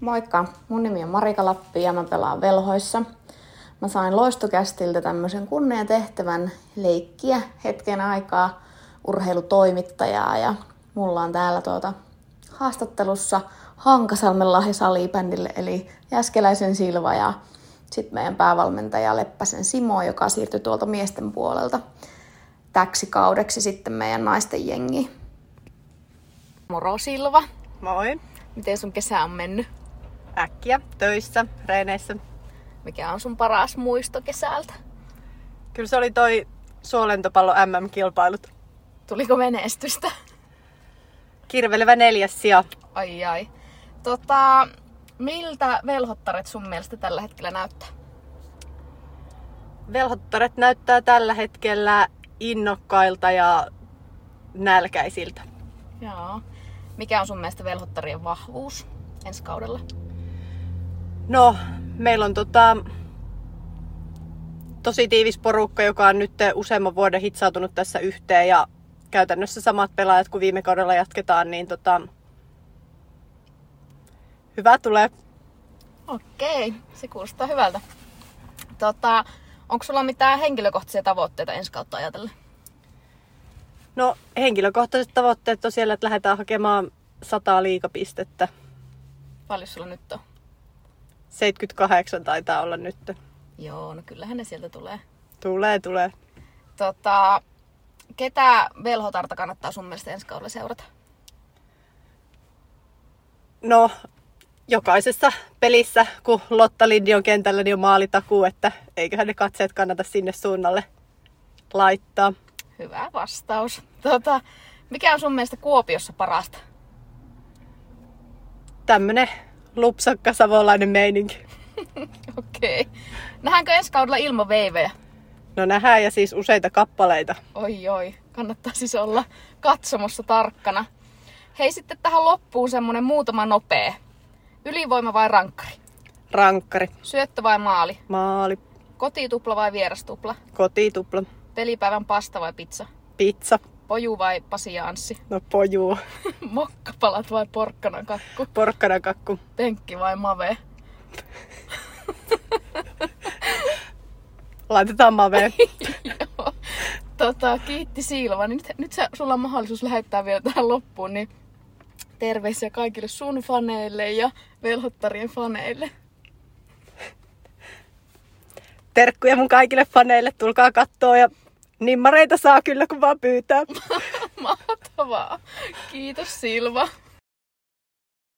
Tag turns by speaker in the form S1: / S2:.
S1: Moikka, mun nimi on Marika Lappi ja mä pelaan velhoissa. Mä sain Loistokästiltä tämmöisen kunnian tehtävän leikkiä hetken aikaa urheilutoimittajaa ja mulla on täällä tuota haastattelussa Hankasalmen lahjasalibändille eli Jäskeläisen Silva ja sitten meidän päävalmentaja Leppäsen Simo, joka siirtyi tuolta miesten puolelta täksi kaudeksi sitten meidän naisten jengi. Moro Silva,
S2: Moi.
S1: miten sun kesä on mennyt?
S2: Äkkiä, töissä, reeneissä.
S1: Mikä on sun paras muisto kesältä?
S2: Kyllä se oli toi suolentopallo MM-kilpailut.
S1: Tuliko menestystä?
S2: Kirvelevä neljäs sija.
S1: Ai ai. Tota, miltä velhottaret sun mielestä tällä hetkellä näyttää?
S2: Velhottaret näyttää tällä hetkellä innokkailta ja nälkäisiltä.
S1: Joo. Mikä on sun mielestä velhottarien vahvuus ensi kaudella?
S2: No, meillä on tota, tosi tiivis porukka, joka on nyt useamman vuoden hitsautunut tässä yhteen ja käytännössä samat pelaajat kuin viime kaudella jatketaan, niin tota, hyvä tulee.
S1: Okei, se kuulostaa hyvältä. Tota, onko sulla mitään henkilökohtaisia tavoitteita ensi kautta ajatellen?
S2: No henkilökohtaiset tavoitteet on siellä, että lähdetään hakemaan 100 liikapistettä.
S1: Paljon sulla nyt on?
S2: 78 taitaa olla nyt.
S1: Joo, no kyllähän ne sieltä tulee.
S2: Tulee, tulee.
S1: Tota, ketä velhotarta kannattaa sun mielestä ensi kaudella seurata?
S2: No, jokaisessa pelissä, kun Lotta Lindi on kentällä, niin on maalitakuu, että eiköhän ne katseet kannata sinne suunnalle laittaa.
S1: Hyvä vastaus. Tota, mikä on sun mielestä Kuopiossa parasta?
S2: Tämmönen lupsakka savolainen meininki.
S1: Okei. Okay. Nähdäänkö ensi kaudella ilman veivejä?
S2: No nähdään ja siis useita kappaleita.
S1: Oi oi, kannattaa siis olla katsomossa tarkkana. Hei sitten tähän loppuun semmonen muutama nopee. Ylivoima vai rankkari?
S2: Rankkari,
S1: Syöttö vai maali?
S2: maali,
S1: Kotitupla vai vierastupla?
S2: kotitupla,
S1: Pelipäivän pasta vai pizza?
S2: pizza,
S1: Poju vai Pasi ja Anssi?
S2: no pojuu,
S1: Mokkapalat vai porkkanan kakku?
S2: porkkanakakku.
S1: Penkki vai mave?
S2: Laitetaan maveen.
S1: Joo. Tota, kiitti Silva. Niin nyt, nyt sä, sulla on mahdollisuus lähettää vielä tähän loppuun, niin terveisiä kaikille sun faneille ja velhottarien faneille.
S2: Terkkuja mun kaikille faneille, tulkaa kattoo ja nimmareita saa kyllä kun vaan pyytää.
S1: Mahtavaa. Kiitos Silva.